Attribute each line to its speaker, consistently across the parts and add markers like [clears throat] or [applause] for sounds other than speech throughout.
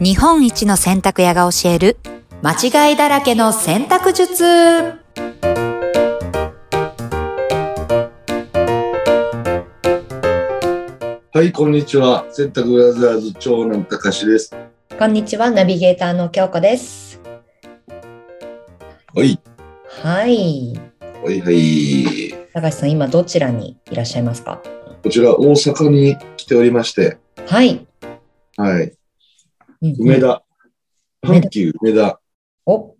Speaker 1: 日本一の洗濯屋が教える間違いだらけの洗濯術
Speaker 2: はい、こんにちは。洗濯ブラザーズ長男たかしです。
Speaker 1: こんにちはナビゲーターの京子です
Speaker 2: はい、
Speaker 1: はい
Speaker 2: はい、はい。
Speaker 1: 高橋さん今どちらにいらっしゃいますか
Speaker 2: こちら大阪に来ておりまして、
Speaker 1: はい、
Speaker 2: はい、
Speaker 1: うん
Speaker 2: 梅田、
Speaker 1: 梅田
Speaker 2: 阪急梅田
Speaker 1: お、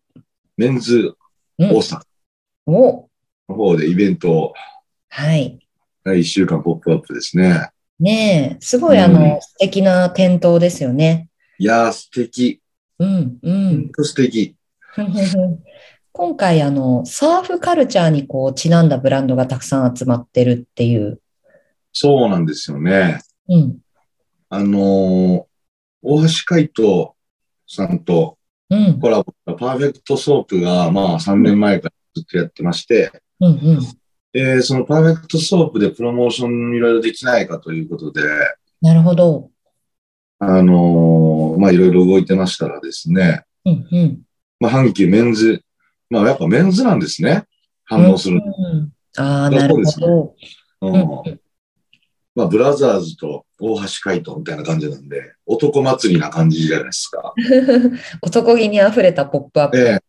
Speaker 2: メンズ
Speaker 1: う
Speaker 2: 大
Speaker 1: ん、
Speaker 2: 阪
Speaker 1: お
Speaker 2: の方でイベントを
Speaker 1: はい
Speaker 2: 第1週間ポップアップですね。
Speaker 1: ねえすごいあの、素敵な店頭ですよね
Speaker 2: いやー、素敵。
Speaker 1: うんう
Speaker 2: ほ
Speaker 1: ん [laughs]
Speaker 2: んと素敵。
Speaker 1: ふんふんふん今回、あの、サーフカルチャーにこう、ちなんだブランドがたくさん集まってるっていう。
Speaker 2: そうなんですよね。
Speaker 1: うん、
Speaker 2: あのー大橋海人さんと
Speaker 1: うん、
Speaker 2: コラボしたパーフェクトソープが、まあ3年前からずっとやってまして、
Speaker 1: うん、うん。
Speaker 2: えーそのパーフェクトソープでプロモーションいろいろできないかということで、
Speaker 1: なるほど。
Speaker 2: あのーまあいろいろ動いてましたらですね、
Speaker 1: うん、うん。
Speaker 2: まあ阪急メンズ、まあやっぱメンズなんですね、反応する。
Speaker 1: うんああ、なるほど。
Speaker 2: うんまあブラザーズと大橋海人みたいな感じなんで、男祭りな感じじゃないですか。
Speaker 1: [laughs] 男気にあふれたポップアップ。
Speaker 2: ええ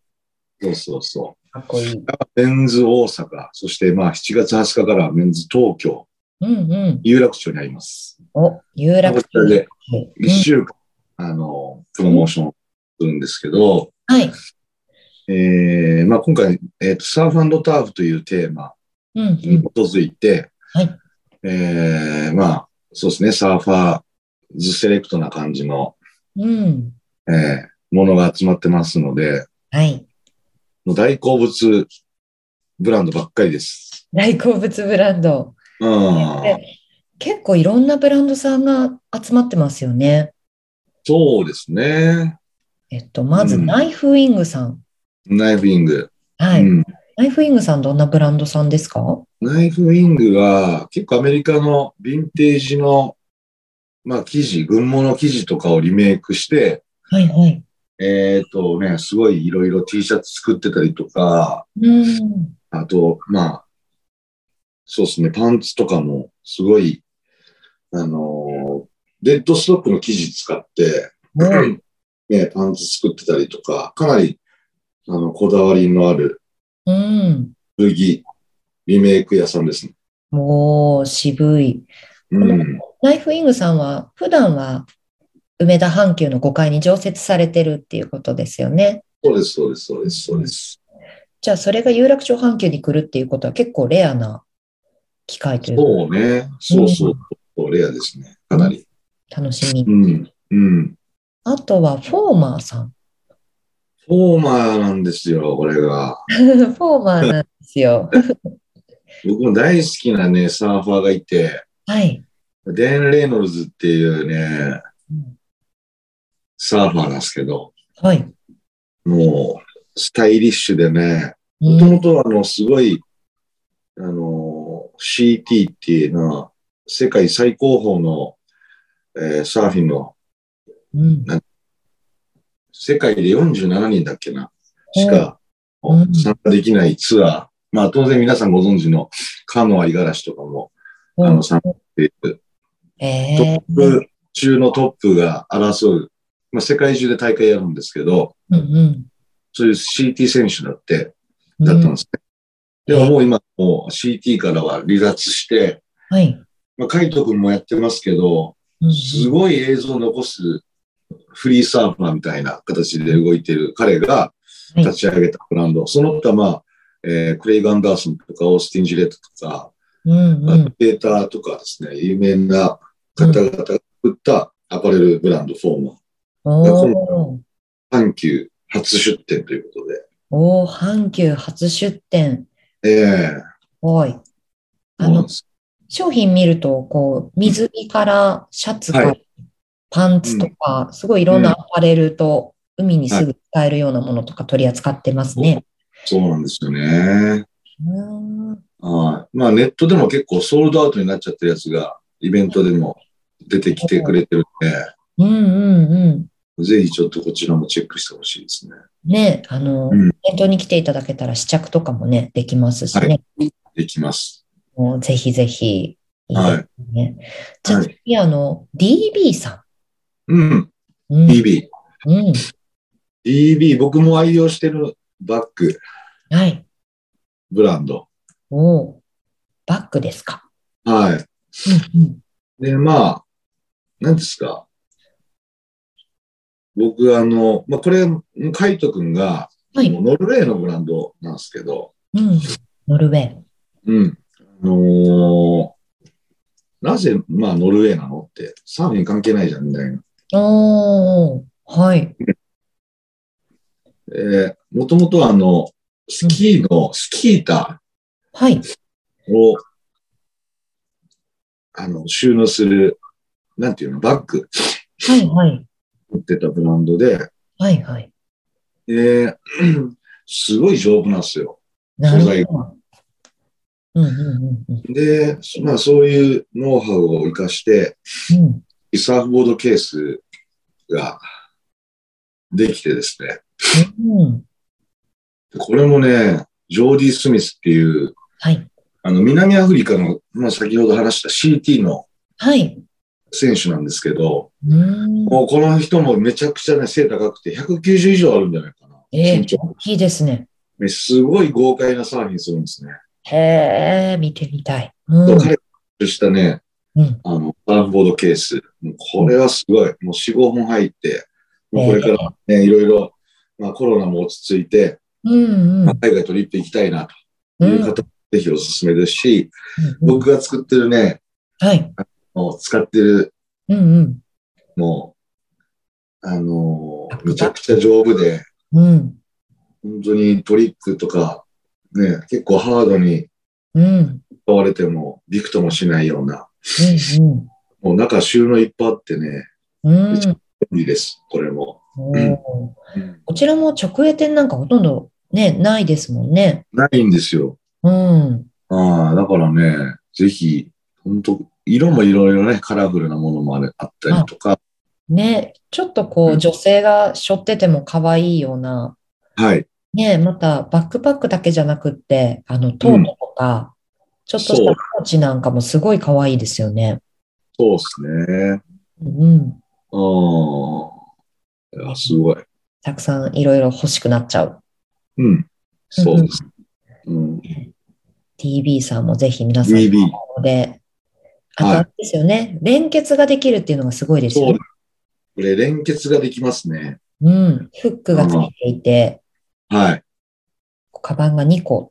Speaker 2: そうそうそ
Speaker 1: かっこいい。
Speaker 2: う。メンズ大阪、そしてまあ7月20日からはメンズ東京、
Speaker 1: うん、うん。
Speaker 2: 有楽町にあります。
Speaker 1: お、有
Speaker 2: こ
Speaker 1: 楽
Speaker 2: ちらで
Speaker 1: 町。
Speaker 2: 1週間、あの、プロモーションをするんですけど、
Speaker 1: うんはい。
Speaker 2: えーまあ、今回、えーと、サーフターフというテーマ
Speaker 1: うん、う
Speaker 2: に
Speaker 1: ん
Speaker 2: 基。づいて、
Speaker 1: はい
Speaker 2: えーまあ、そうですね、サーファーズセレクトな感じの、
Speaker 1: うん。
Speaker 2: えーものが集まってますので、
Speaker 1: はい。
Speaker 2: もう大好物ブランドばっかりです。
Speaker 1: 大好物ブランド。
Speaker 2: うん、
Speaker 1: で結構いろんなブランドさんが集まってますよね。
Speaker 2: そうですね。
Speaker 1: えっと、まず、
Speaker 2: うん
Speaker 1: ナイフウィングさん。
Speaker 2: ナイフイング。
Speaker 1: はい。
Speaker 2: うん
Speaker 1: ナイフウィングさん、どんなブランドさんですか
Speaker 2: ナイフイングは結構アメリカのヴィンテージの、まあ、生地、群物生地とかをリメイクして、
Speaker 1: はいはい。
Speaker 2: えっ、とね、すごいいろいろ T シャツ作ってたりとか、
Speaker 1: うん。
Speaker 2: あと、まあ、そうですね、パンツとかもすごい、あのーデッドストックの生地使って、
Speaker 1: おう
Speaker 2: ね、パンツ作ってたりとか、かなり、あの、こだわりのある
Speaker 1: うん。
Speaker 2: 古着、リメイク屋さんですね。
Speaker 1: もう、渋い。
Speaker 2: うん。
Speaker 1: ナイフウィングさんは、普段は、梅田阪急の5階に常設されてるっていうことですよね。
Speaker 2: そうです、そうです、そうです、そうです。
Speaker 1: じゃあ、それが有楽町阪急に来るっていうことは、結構レアな機会という
Speaker 2: そうね。そうそうそう。レアですね。かなり。
Speaker 1: か、楽しみ
Speaker 2: う。ん。うん。
Speaker 1: あとは、フォーマーさ
Speaker 2: [laughs]
Speaker 1: ん。
Speaker 2: フォーマーなんですよ、これが。
Speaker 1: フォーマーなんですよ。
Speaker 2: 僕も大好きなね、サーファーがいて、
Speaker 1: はい。
Speaker 2: デーン・レイノルズっていうね、
Speaker 1: うん
Speaker 2: サーファーなんですけど、
Speaker 1: はい。
Speaker 2: もう、スタイリッシュでね、
Speaker 1: う
Speaker 2: もとも
Speaker 1: ん
Speaker 2: とあの、すごい、あの、CT っていうのは、世界最高峰の、えーサーフィンの、
Speaker 1: うん
Speaker 2: 世界で47人だっけな、しか、
Speaker 1: うん
Speaker 2: 参加できないツアー。まあ、当然皆さんご存知の、カノア・イガラシとかも、あの、参加している
Speaker 1: え
Speaker 2: トッ
Speaker 1: ー
Speaker 2: プ中のトップが争う、まあ、世界中で大会やるんですけど、
Speaker 1: うんうん
Speaker 2: そういう CT 選手だって、
Speaker 1: うん
Speaker 2: だったんですね。
Speaker 1: うん
Speaker 2: でももう今、もう CT からは離脱して、
Speaker 1: はい。
Speaker 2: まあ、海斗くんもやってますけど、
Speaker 1: うん
Speaker 2: すごい映像を残すフリーサーファーみたいな形で動いてる彼が
Speaker 1: はい
Speaker 2: 立ち上げたブランド。その他、まあ、えークレイグ・アンダーソンとか、オースティン・ジレットとか、
Speaker 1: うん
Speaker 2: あ
Speaker 1: う
Speaker 2: の
Speaker 1: ん。
Speaker 2: データとかですね、有名な方々が作ったアパレルブランドフォーマー
Speaker 1: おー
Speaker 2: 阪急初出店ということで。
Speaker 1: おー、阪急初出店。
Speaker 2: え
Speaker 1: おい。
Speaker 2: え
Speaker 1: あの、商品見ると、こう、水着からシャツか
Speaker 2: は
Speaker 1: らパンツとか、すごいいろんな
Speaker 2: う
Speaker 1: アパレルと、海にすぐ使えるようなものとか取り扱ってますね。
Speaker 2: そうなんですよね。
Speaker 1: うん
Speaker 2: はい。まあネットでも結構ソールドアウトになっちゃってるやつがイベントでも出てきてくれてるん
Speaker 1: うんうんうん。
Speaker 2: で、ぜひちょっとこちらもチェックしてほしいですね。
Speaker 1: ね、あの、
Speaker 2: うん
Speaker 1: イベントに来ていただけたら試着とかもね、できますしね。
Speaker 2: できます。
Speaker 1: もうぜひぜひ、いい
Speaker 2: は
Speaker 1: です
Speaker 2: い。
Speaker 1: ね。じゃあ
Speaker 2: はい
Speaker 1: 次、あの、DB さ
Speaker 2: うん。
Speaker 1: ん。うん。
Speaker 2: DB。
Speaker 1: うん。
Speaker 2: DB、僕も愛用してるバッグ、
Speaker 1: はい。
Speaker 2: ブランド。
Speaker 1: おーバッグですか。
Speaker 2: はい。
Speaker 1: うんうん。
Speaker 2: で、まあ、何ですか。僕、あの、まあ、これ、カイト君が、
Speaker 1: はい
Speaker 2: もうノルウェーのブランドなんですけど、
Speaker 1: うん。ノルウェー。
Speaker 2: うん。あのーなぜ、まあ、ノルウェーなのって、サーフィン関係ないじゃん、みたいな。
Speaker 1: おーはい。
Speaker 2: えー、もともとは、あの、スキーの、スキータ
Speaker 1: はい。
Speaker 2: ーを、あの、収納する、なんていうの、バッグ
Speaker 1: はい、はい。
Speaker 2: 売ってたブランドで、
Speaker 1: はい、はい。
Speaker 2: えー [clears throat] すごい丈夫なんですよ。
Speaker 1: な
Speaker 2: 素
Speaker 1: る
Speaker 2: 材
Speaker 1: ほど。うん、うん、うん、
Speaker 2: で、そまあそういうノウハウを活かして、
Speaker 1: うん。うん
Speaker 2: サーフボードケースができてですね。
Speaker 1: うん。
Speaker 2: これもね、ジョーディ・スミスっていう、
Speaker 1: はい。
Speaker 2: あの、南アフリカの、まあ先ほど話した CT の
Speaker 1: はい。
Speaker 2: 選手なんですけど、
Speaker 1: うーん。
Speaker 2: もうこの人もめちゃくちゃね、背高くて190以上あるんじゃないかな。
Speaker 1: えー、
Speaker 2: 身長
Speaker 1: 大きいですね。
Speaker 2: ねすごい豪快なサーフィンするんですね。
Speaker 1: へえ、見てみたい。うん。
Speaker 2: 彼がしたね、
Speaker 1: うん
Speaker 2: あの、サーフボードケース。もうこれはすごい。もう4、5本入って、もうこれからね、いろいろ、まあ、コロナも落ち着いて、
Speaker 1: うん、うん
Speaker 2: まあ。海外トリップ行きたいなと
Speaker 1: う
Speaker 2: いうん方、ぜひおすすめですし、
Speaker 1: うん
Speaker 2: 僕が作ってるね、
Speaker 1: はい。
Speaker 2: もう使ってる、
Speaker 1: うん
Speaker 2: もう、あのーめちゃくちゃ丈夫で、
Speaker 1: うん。うん。
Speaker 2: 本当にトリックとか、ね、結構ハードに
Speaker 1: うん。うん
Speaker 2: 使われても、びくともしないような、
Speaker 1: うん。
Speaker 2: もう中収納いっぱいあってね、
Speaker 1: うん。
Speaker 2: 便利です、これも。
Speaker 1: おーこちらも直営店なんかほとんどね、ないですもんね。
Speaker 2: ないんですよ。
Speaker 1: うん。
Speaker 2: ああ、だからね、ぜひ、本当色もいろいろね、カラフルなものもあれあったりとか、
Speaker 1: ね、ちょっとこ
Speaker 2: う
Speaker 1: うん女性が背負ってても可愛いような、
Speaker 2: はい、
Speaker 1: ね、またバックパックだけじゃなくって、あの、トートとか、ちょっとした
Speaker 2: そう
Speaker 1: ポーチなんかもすごい可愛いですよね。
Speaker 2: そうですね。
Speaker 1: うん。
Speaker 2: ああ、いや、すごい。
Speaker 1: たくさんいろいろ欲しくなっちゃう。
Speaker 2: うん、そうです。うん、
Speaker 1: TB さんもぜひ皆さん
Speaker 2: DB、
Speaker 1: で、あと
Speaker 2: はい
Speaker 1: あれですよね、連結ができるっていうのがすごいですよ
Speaker 2: そう
Speaker 1: ね。。
Speaker 2: これ、連結ができますね。
Speaker 1: うん。フックがついていて、
Speaker 2: はい。
Speaker 1: こうカバンが2個、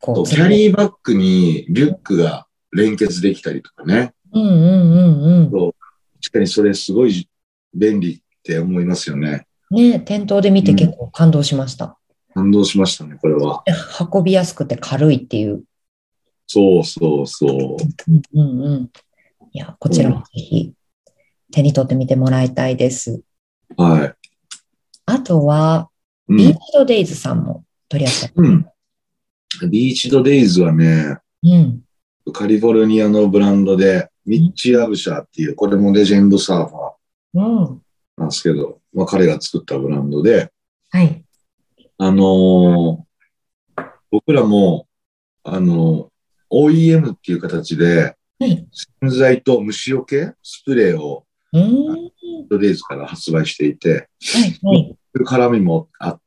Speaker 1: こ
Speaker 2: そう
Speaker 1: う、
Speaker 2: キャリーバッグにリュックが連結できたりとかね。
Speaker 1: うんうんうんう
Speaker 2: 確かにそれすごい便利って思いますよね。
Speaker 1: ん。ね、店頭で見て結構感動しました。
Speaker 2: 感動しましたね、これは。
Speaker 1: 運びやすくて軽いっていう。
Speaker 2: そうそうそう。
Speaker 1: うんうんうん。いや、こちらもぜひ手に取ってみてもらいたいです。
Speaker 2: はい。
Speaker 1: あとは、
Speaker 2: うん
Speaker 1: ビーチドデイズさんも取り扱って
Speaker 2: うん。ビーチドデイズはね、
Speaker 1: うん。
Speaker 2: カリフォルニアのブランドで、ミッチー・アブシャーっていう、これもレジェンドサーファー
Speaker 1: うん。
Speaker 2: なんですけど、まあ彼が作ったブランドで、
Speaker 1: はい。
Speaker 2: あのー僕らも、あのー OEM っていう形で、
Speaker 1: はい。
Speaker 2: 洗剤と虫除けスプレーを
Speaker 1: うーん。
Speaker 2: ビーチドデイズから発売していて、
Speaker 1: はい。はい。
Speaker 2: そういう絡みもあっ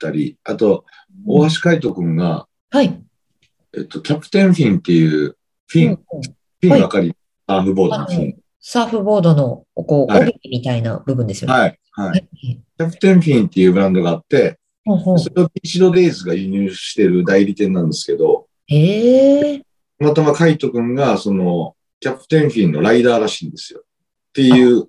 Speaker 2: たり、あと、大橋海人君が、
Speaker 1: はい。
Speaker 2: えっと、キャプテンフィンっていう、フィ
Speaker 1: うん
Speaker 2: ン、
Speaker 1: うん
Speaker 2: フィンばかり、サーフボードのフィン。
Speaker 1: はいサーフボードの、こう、
Speaker 2: はい
Speaker 1: 帯みたいな部分ですよね。
Speaker 2: はい。はい。
Speaker 1: い。
Speaker 2: キャプテンフィンっていうブランドがあって、
Speaker 1: ほうほう
Speaker 2: それをピーチドデイズが輸入してる代理店なんですけど、
Speaker 1: へえ。
Speaker 2: たまたまカイト君が、その、キャプテンフィンのライダーらしいんですよ。っていう、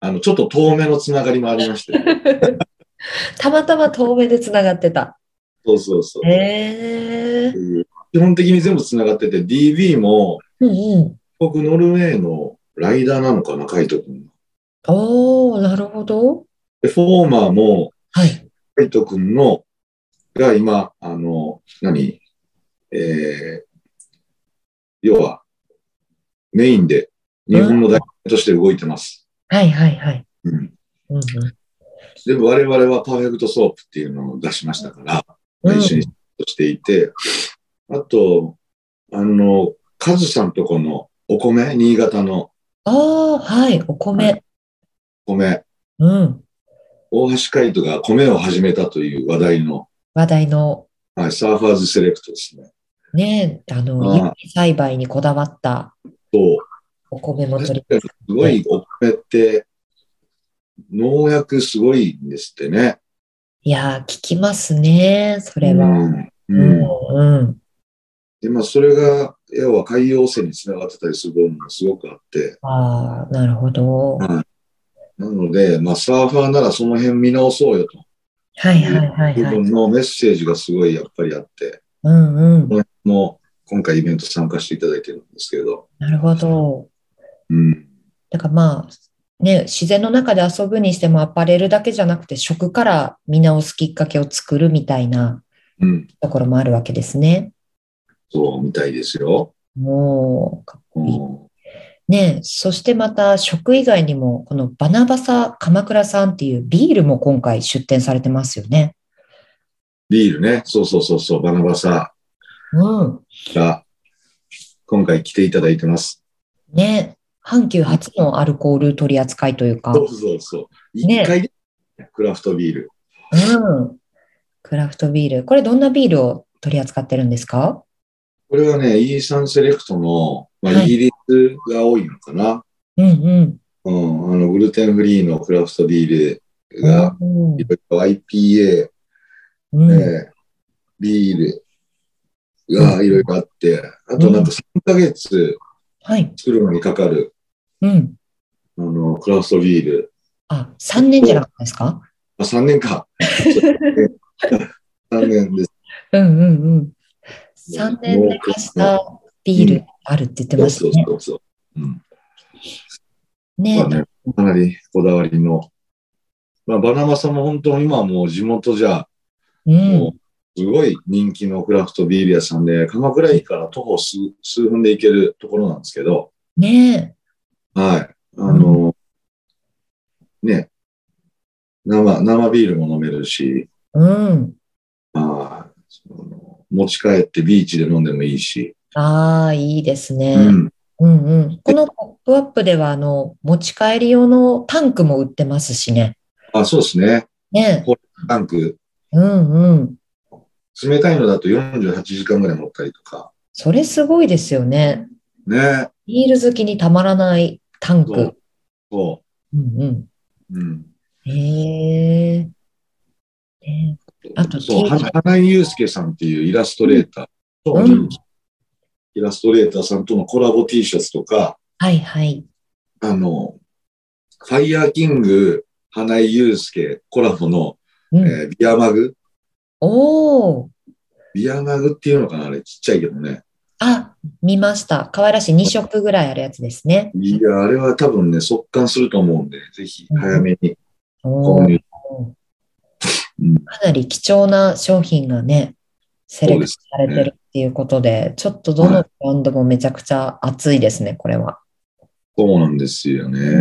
Speaker 2: あの、ちょっと遠目のつながりもありまして、
Speaker 1: [laughs] たまたま遠目でつながってた。
Speaker 2: そうそうそう。
Speaker 1: へえ。
Speaker 2: 基本的に全部つながってて、DB も、
Speaker 1: うんうん。
Speaker 2: 僕、ノルウェーのライダーなのかな、カイト君。
Speaker 1: おー、なるほど。
Speaker 2: で、フォーマーも、
Speaker 1: はい。
Speaker 2: カイト君の、が今、あの、何えー、要は、メインで日本の代表として動いてます。
Speaker 1: はいはいはい。
Speaker 2: うん。
Speaker 1: うんうん
Speaker 2: でも我々はパーフェクトソープっていうのを出しましたから、
Speaker 1: うん
Speaker 2: 一緒にしていて、あと、あの、カズさんとこのお米、新潟の
Speaker 1: ああ、はい、お米。
Speaker 2: 米、
Speaker 1: うん。
Speaker 2: 大橋海人が米を始めたという話題の、
Speaker 1: 話題の、
Speaker 2: はい、サーファーズセレクトですね。
Speaker 1: ね、あの、
Speaker 2: うん
Speaker 1: 有機栽培にこだわった
Speaker 2: と、
Speaker 1: お米も取
Speaker 2: 確
Speaker 1: り、
Speaker 2: かにすごいお米って、農薬すごいんですってね。
Speaker 1: いやー、聞きますね、それ
Speaker 2: う
Speaker 1: は。
Speaker 2: ん。
Speaker 1: う
Speaker 2: うんん。、
Speaker 1: うん。
Speaker 2: で、まあ、それが、要は海洋汚染につながってたりする部分もすごくあって、
Speaker 1: ああ、なるほど。
Speaker 2: うんなので、まあ、サーファーならその辺見直そうよと。
Speaker 1: はいはいはい
Speaker 2: 部
Speaker 1: はい。
Speaker 2: 分のメッセージがすごいやっぱりあって、
Speaker 1: うんうん。
Speaker 2: もう、今回イベント参加していただいてるんですけど、
Speaker 1: なるほど。
Speaker 2: うん。
Speaker 1: だからまあ、ね、自然の中で遊ぶにしてもアパレルだけじゃなくて食から見直すきっかけを作るみたいな
Speaker 2: うん。
Speaker 1: ところもあるわけですね。
Speaker 2: そうみたいですよ。
Speaker 1: もう、かっこいい。
Speaker 2: うん
Speaker 1: ね、そしてまた食以外にも、このバナバサ鎌倉さんっていうビールも今回出店されてますよね。
Speaker 2: ビールね、そうそうそうそう、バナバサ
Speaker 1: うん。
Speaker 2: が、今回来ていただいてます。
Speaker 1: ね、阪急初のアルコール取り扱いというか、
Speaker 2: そううそうそう。
Speaker 1: ね
Speaker 2: 一回、クラフトビール。
Speaker 1: ん。クラフトビール。これどんなビールを取り扱ってるんですか
Speaker 2: これはね、E さんセレクトの、まあ、
Speaker 1: はい
Speaker 2: イギリスが多いのかな。
Speaker 1: うんうん。
Speaker 2: うん、あの、グルテンフリーのクラフトビールが、
Speaker 1: うん
Speaker 2: いろいろ IPA、
Speaker 1: うん
Speaker 2: えービールがいろいろあって、あとなんか3ヶ月
Speaker 1: はい。
Speaker 2: 作るのにかかる、
Speaker 1: うん。
Speaker 2: あの、クラフトビール。
Speaker 1: あ、3年じゃなかったですか
Speaker 2: あ、3
Speaker 1: [laughs]
Speaker 2: 年か。3年です。
Speaker 1: うんうんうん。3年寝かしたビールあるって言って
Speaker 2: そ
Speaker 1: ま
Speaker 2: う
Speaker 1: した
Speaker 2: そう
Speaker 1: ね。
Speaker 2: そうそう。うん。
Speaker 1: ね
Speaker 2: まあね、かなりこだわりの。まあ、バナマさんも本当に今はもう地元じゃ、
Speaker 1: う
Speaker 2: も
Speaker 1: ん。
Speaker 2: う、すごい人気のクラフトビール屋さんで、鎌倉駅から徒歩数数分で行けるところなんですけど、
Speaker 1: ね
Speaker 2: はい。あの、ね、生、生ビールも飲めるし、
Speaker 1: うん。
Speaker 2: まあ、その持ち帰ってビーチで飲んでもいいし、
Speaker 1: ああ、いいですね。
Speaker 2: うん。
Speaker 1: うんうん。このポップアップでは、あの、持ち帰り用のタンクも売ってますしね。
Speaker 2: あ、そうですね。
Speaker 1: ね
Speaker 2: タンク、
Speaker 1: うんうん。
Speaker 2: 冷たいのだと48時間ぐらい持ったりとか、
Speaker 1: それすごいですよね。
Speaker 2: ね、
Speaker 1: ビール好きにたまらないタン
Speaker 2: そう
Speaker 1: ク。
Speaker 2: そ
Speaker 1: うん
Speaker 2: う。うん。
Speaker 1: うん。へえ。ねあと
Speaker 2: そう、
Speaker 1: T
Speaker 2: は花井祐介さんっていうイラストレーターと、
Speaker 1: うん
Speaker 2: イラストレーターさんとのコラボ T シャツとか、
Speaker 1: はいはい。
Speaker 2: あの、ファイヤーキング、花井祐介コラボの、
Speaker 1: うん。
Speaker 2: えービアマグ
Speaker 1: おお。
Speaker 2: ビアマグっていうのかなあれ、ちっちゃいけどね。
Speaker 1: あ、見ました。可愛らしい2色ぐらいあるやつですね。
Speaker 2: いや、あれは多分ね、速乾すると思うんで、ぜひ
Speaker 1: うん
Speaker 2: 早めに
Speaker 1: お
Speaker 2: 購
Speaker 1: ー
Speaker 2: 入。
Speaker 1: かなり貴重な商品がね、セレクトされてるっていうことで、ちょっとどのブランドもめちゃくちゃ熱いですね、これは。
Speaker 2: そうなんですよね。
Speaker 1: ん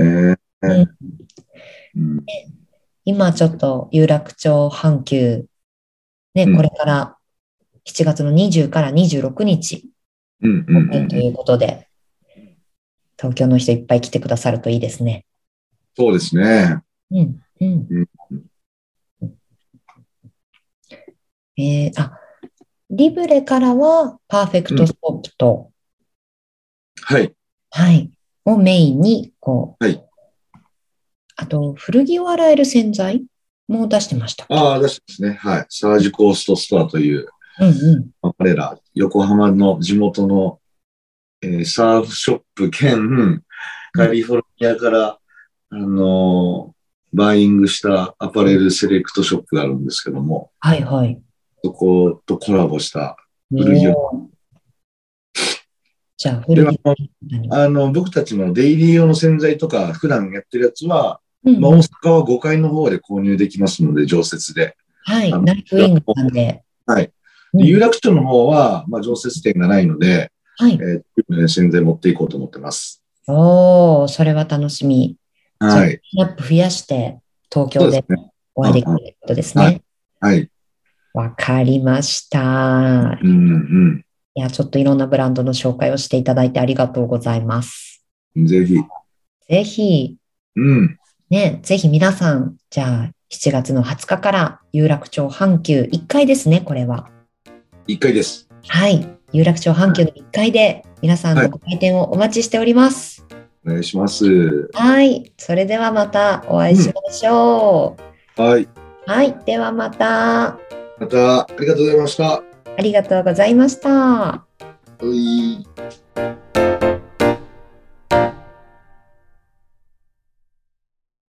Speaker 2: うん
Speaker 1: 今ちょっと有楽町阪急、ね、
Speaker 2: うん
Speaker 1: これから7月の20から26日
Speaker 2: うんうんうん
Speaker 1: ということで、東京の人いっぱい来てくださるといいですね。
Speaker 2: そうですね。
Speaker 1: うん、うん
Speaker 2: うん。
Speaker 1: えー、あ、リブレからはパーフェクトソープと、
Speaker 2: はい。
Speaker 1: はい、をメインに、こう、
Speaker 2: はい
Speaker 1: あと、古着を洗える洗剤も出してました。
Speaker 2: ああ、出してますね。はい。サージコーストストアという、
Speaker 1: うんうん。
Speaker 2: まあ彼ら、横浜の地元の、えーサーフショップ兼、カリフォルニアから、あのーバイイングしたアパレルセレクトショップがあるんですけども、
Speaker 1: はいはい。
Speaker 2: そことコラボした、古着
Speaker 1: おーじゃあ、古着
Speaker 2: こ
Speaker 1: 何
Speaker 2: あの、僕たちのデイリー用の洗剤とか、普段やってるやつは、
Speaker 1: うん
Speaker 2: まあ、大阪は5階の方で購入できますので、常設で。
Speaker 1: はい
Speaker 2: あ、の
Speaker 1: ナイトウィングさんで。
Speaker 2: はい。
Speaker 1: うん
Speaker 2: で有楽町の方は、まあ、常設店がないので、
Speaker 1: はい
Speaker 2: え。ー、ね洗剤持っていこうと思ってます。
Speaker 1: おー、それは楽しみ。
Speaker 2: はい。
Speaker 1: ラップ増やして、東
Speaker 2: そ
Speaker 1: 京
Speaker 2: うで
Speaker 1: です
Speaker 2: ね。
Speaker 1: お会いできるということです
Speaker 2: うん
Speaker 1: ね。
Speaker 2: はい。
Speaker 1: わ、かりました。
Speaker 2: うん
Speaker 1: いや、ちょっといろんなブランドの紹介をしていただいてありがとうございます。
Speaker 2: うん。ぜひ。
Speaker 1: ぜひ、
Speaker 2: うん。
Speaker 1: ね、ぜひ皆さん、じゃあ、7月の20日から有楽町阪急1階ですね、これは。
Speaker 2: 一回です。
Speaker 1: はい。有楽町阪急の1階で皆さん
Speaker 2: はい
Speaker 1: のご来店をお待ちしております。
Speaker 2: お願いします。
Speaker 1: はい。それではまたお会いしましょう。
Speaker 2: はい。
Speaker 1: はい。ではまた。
Speaker 2: また、ありがとうございました。は
Speaker 1: ありがとうございました。
Speaker 2: い。